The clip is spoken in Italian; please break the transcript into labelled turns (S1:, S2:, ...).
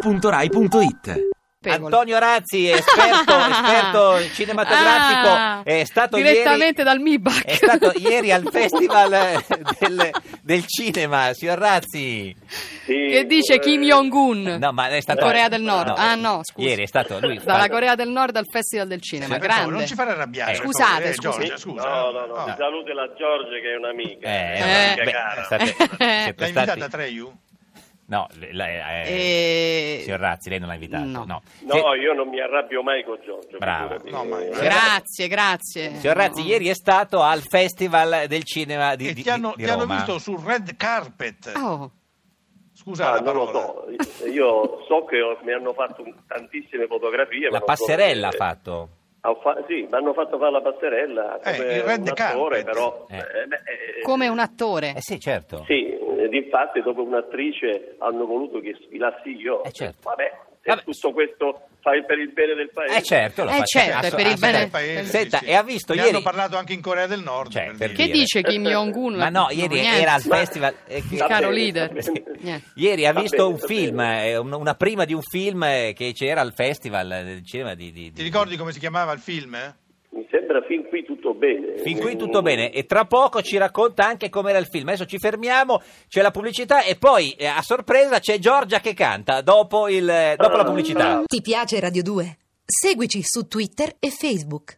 S1: radio2pod.rai.it
S2: Antonio Razzi, esperto, esperto cinematografico,
S3: Ah,
S2: è stato
S3: direttamente
S2: ieri,
S3: dal MIBAC.
S2: È stato ieri al festival eh, del, del cinema, signor Razzi.
S4: Sì,
S3: Che dice
S4: eh,
S3: Kim Jong-un.
S2: No, ma è stato
S3: Corea del Nord. Ah,
S2: eh,
S3: no, scusa.
S2: Ieri è stato lui.
S3: Dalla Corea del Nord al Festival del
S5: Sì,
S3: Cinema,
S5: per favore,
S3: grande.
S5: Cioè, non ci fare arrabbiare. per
S3: Scusate,
S5: favore. Eh,
S3: scusate.
S5: Giorgia, scusa.
S4: No, no, no,
S5: Oh.
S4: mi saluti la Giorgia che è un'amica.
S2: Eh,
S4: è
S3: eh,
S4: un'amica
S2: beh,
S4: cara.
S2: state- siete
S5: L'ha
S2: stati-
S5: invitata Treyu?
S2: No, le- la- eh,
S3: E-
S2: signor Razzi, lei non l'ha invitato.
S3: No.
S4: No, io non mi arrabbio mai con Giorgio.
S2: Brava.
S4: figurati.
S5: No, ma-
S4: Eh,
S3: Grazie, grazie.
S2: Signor Razzi, ieri è stato al Festival del Cinema di,
S5: E
S2: di-
S5: ti hanno,
S2: di
S5: ti hanno
S2: Roma.
S5: visto sul red carpet.
S3: Oh,
S5: Scusa
S4: Ah,
S5: la
S4: non lo
S5: parola.
S4: so, io so che ho- mi hanno fatto un- tantissime fotografie. ma
S2: La
S4: non so
S2: passerella ha
S4: se-
S2: fatto.
S4: Ah, fa- sì, mi hanno fatto fare la passerella
S5: Eh,
S4: come
S5: il red
S4: un attore,
S5: carpet.
S4: però...
S2: Eh.
S4: eh, beh, eh,
S3: come un attore.
S2: Eh sì, certo.
S4: Sì, ed infatti dopo un'attrice hanno voluto che sfilassi io.
S2: Eh, certo.
S4: Vabbè, se
S2: Vabbè.
S4: tutto questo fai per il bene del paese.
S2: Eh certo, lo
S3: Eh,
S2: fa-
S5: Cioè,
S3: certo, è per il
S2: ass-
S3: bene-
S2: ass-
S5: Paese, eh, sì,
S2: Senta,
S5: sì.
S2: e ha visto
S5: Ne
S2: ieri...
S5: hanno parlato anche in Corea del Nord.
S2: Cioè,
S5: per
S2: per
S5: dire.
S3: Che dice Kim Jong-un?
S2: Ma no, ieri
S3: niente.
S2: era al
S4: Ma-
S2: festival... eh, che-
S4: Va
S3: Caro
S4: bene,
S3: leader.
S4: va bene.
S3: Niente.
S2: Ieri ha
S4: Va
S2: visto
S4: bene,
S2: un
S4: va
S2: film,
S4: bene.
S2: eh, un- una prima di un film eh, che c'era al Festival del cinema di... di-
S5: Ti
S2: di-
S5: ricordi come si chiamava il film? eh?
S4: Mi sembra fin qui tutto bene. Mm.
S2: Fin qui tutto bene e tra poco ci racconta anche com'era il film. Adesso ci fermiamo, c'è la pubblicità e poi eh, a sorpresa c'è Giorgia che canta eh, dopo, il, dopo la pubblicità.
S6: Ti piace Radio 2? Seguici su Twitter e Facebook.